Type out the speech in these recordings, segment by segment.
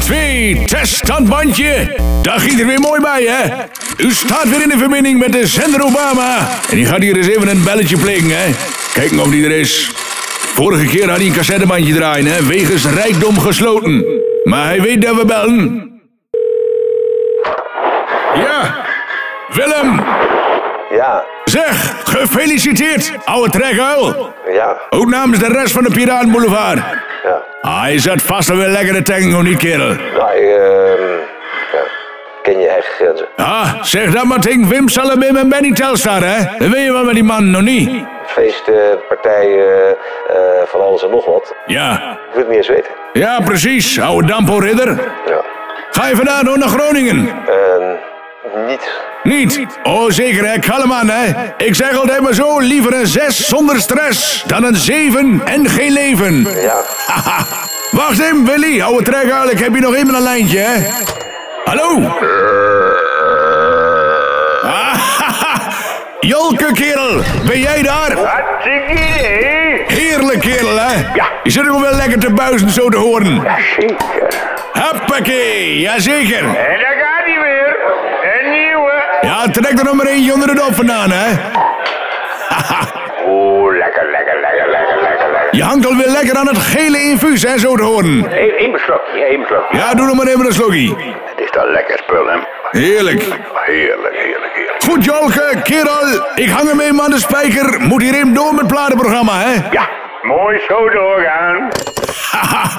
twee, teststandbandje. Daar giet er weer mooi bij, hè? U staat weer in de verbinding met de zender Obama. En die gaat hier eens even een belletje plegen, hè? Kijken of die er is. Vorige keer had hij een cassettebandje draaien, hè? Wegens rijkdom gesloten. Maar hij weet dat we bellen. Ja, Willem, Ja, zeg, gefeliciteerd, oude trekhuil. ja, Ook namens de rest van de Piraten Boulevard. ja. Hij zat vast wel weer lekker de tank, of niet, kerel? Nou, ik, ehm, ja. ken je eh, eigen grenzen. Ah, zeg dat maar tegen Wim Salabim en Benny Telstar, hè? Dan weet je wel met die man nog niet. Feesten, partijen, eh, van alles en nog wat. Ja, Ik wil het niet eens weten. ja, precies, oude dampo-ridder. Ja. Ga je vandaan door naar Groningen? Ehm, niet. Niet? Oh, zeker, hè? Kalm aan, hè? Ik zeg altijd maar zo, liever een zes zonder stress dan een zeven en geen leven. Ja. Haha. Wacht even, Willy, oude trekhaal, ik heb hier nog even een lijntje, hè? Hallo? Ahaha. Jolke kerel, ben jij daar? Hartstikke idee! Heerlijk kerel, hè? Ja. Je zit ook wel lekker te buizen zo te horen. Zeker. Hoppakee, jazeker. En daar gaat hij weer. Een nieuwe. Ja, trek er nog maar eentje onder de dop vandaan, hè? Oeh, lekker, lekker, lekker, lekker, lekker, lekker. Je hangt alweer lekker aan het gele infuus, hè, zo te horen. Eén één beslokje, één beslokje. Ja, doe nog maar even een slokkie. Het is dan lekker spul, hè? Heerlijk. Heerlijk, heerlijk, heerlijk. Goed, Jolke, kerel. Ik hang hem even aan de spijker. Moet hier even door met het platenprogramma, hè? Ja, mooi zo doorgaan. Haha.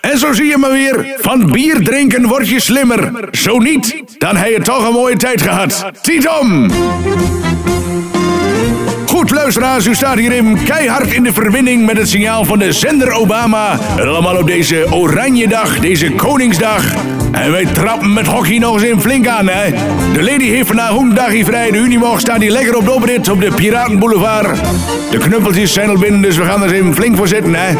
En zo zie je maar weer, van bier drinken word je slimmer. Zo niet, dan heb je toch een mooie tijd gehad. Tietom! Goed, luisteraars, u staat hier in keihard in de verbinding met het signaal van de zender Obama. En allemaal op deze oranje dag, deze Koningsdag. En wij trappen met hockey nog eens in flink aan, hè. De lady heeft vandaag ook een dagje vrij. De Unimog staat hier lekker op de oprit op de Piratenboulevard. De knuppeltjes zijn al binnen, dus we gaan er eens even flink voor zitten, hè.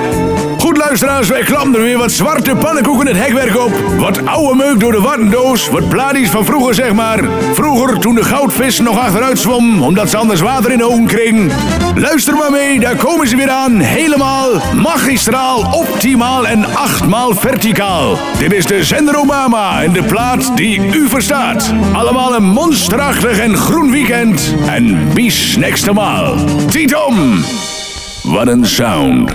Goed luisteraars, wij klammen er weer wat zwarte pannenkoeken het hekwerk op. Wat oude meuk door de wartendoos, wat pladies van vroeger zeg maar. Vroeger toen de goudvis nog achteruit zwom, omdat ze anders water in de ogen kregen. Luister maar mee, daar komen ze weer aan. Helemaal, magistraal, optimaal en achtmaal verticaal. Dit is de zender Obama en de plaat die u verstaat. Allemaal een monsterachtig en groen weekend. En bis next maal. Titom! Wat een sound.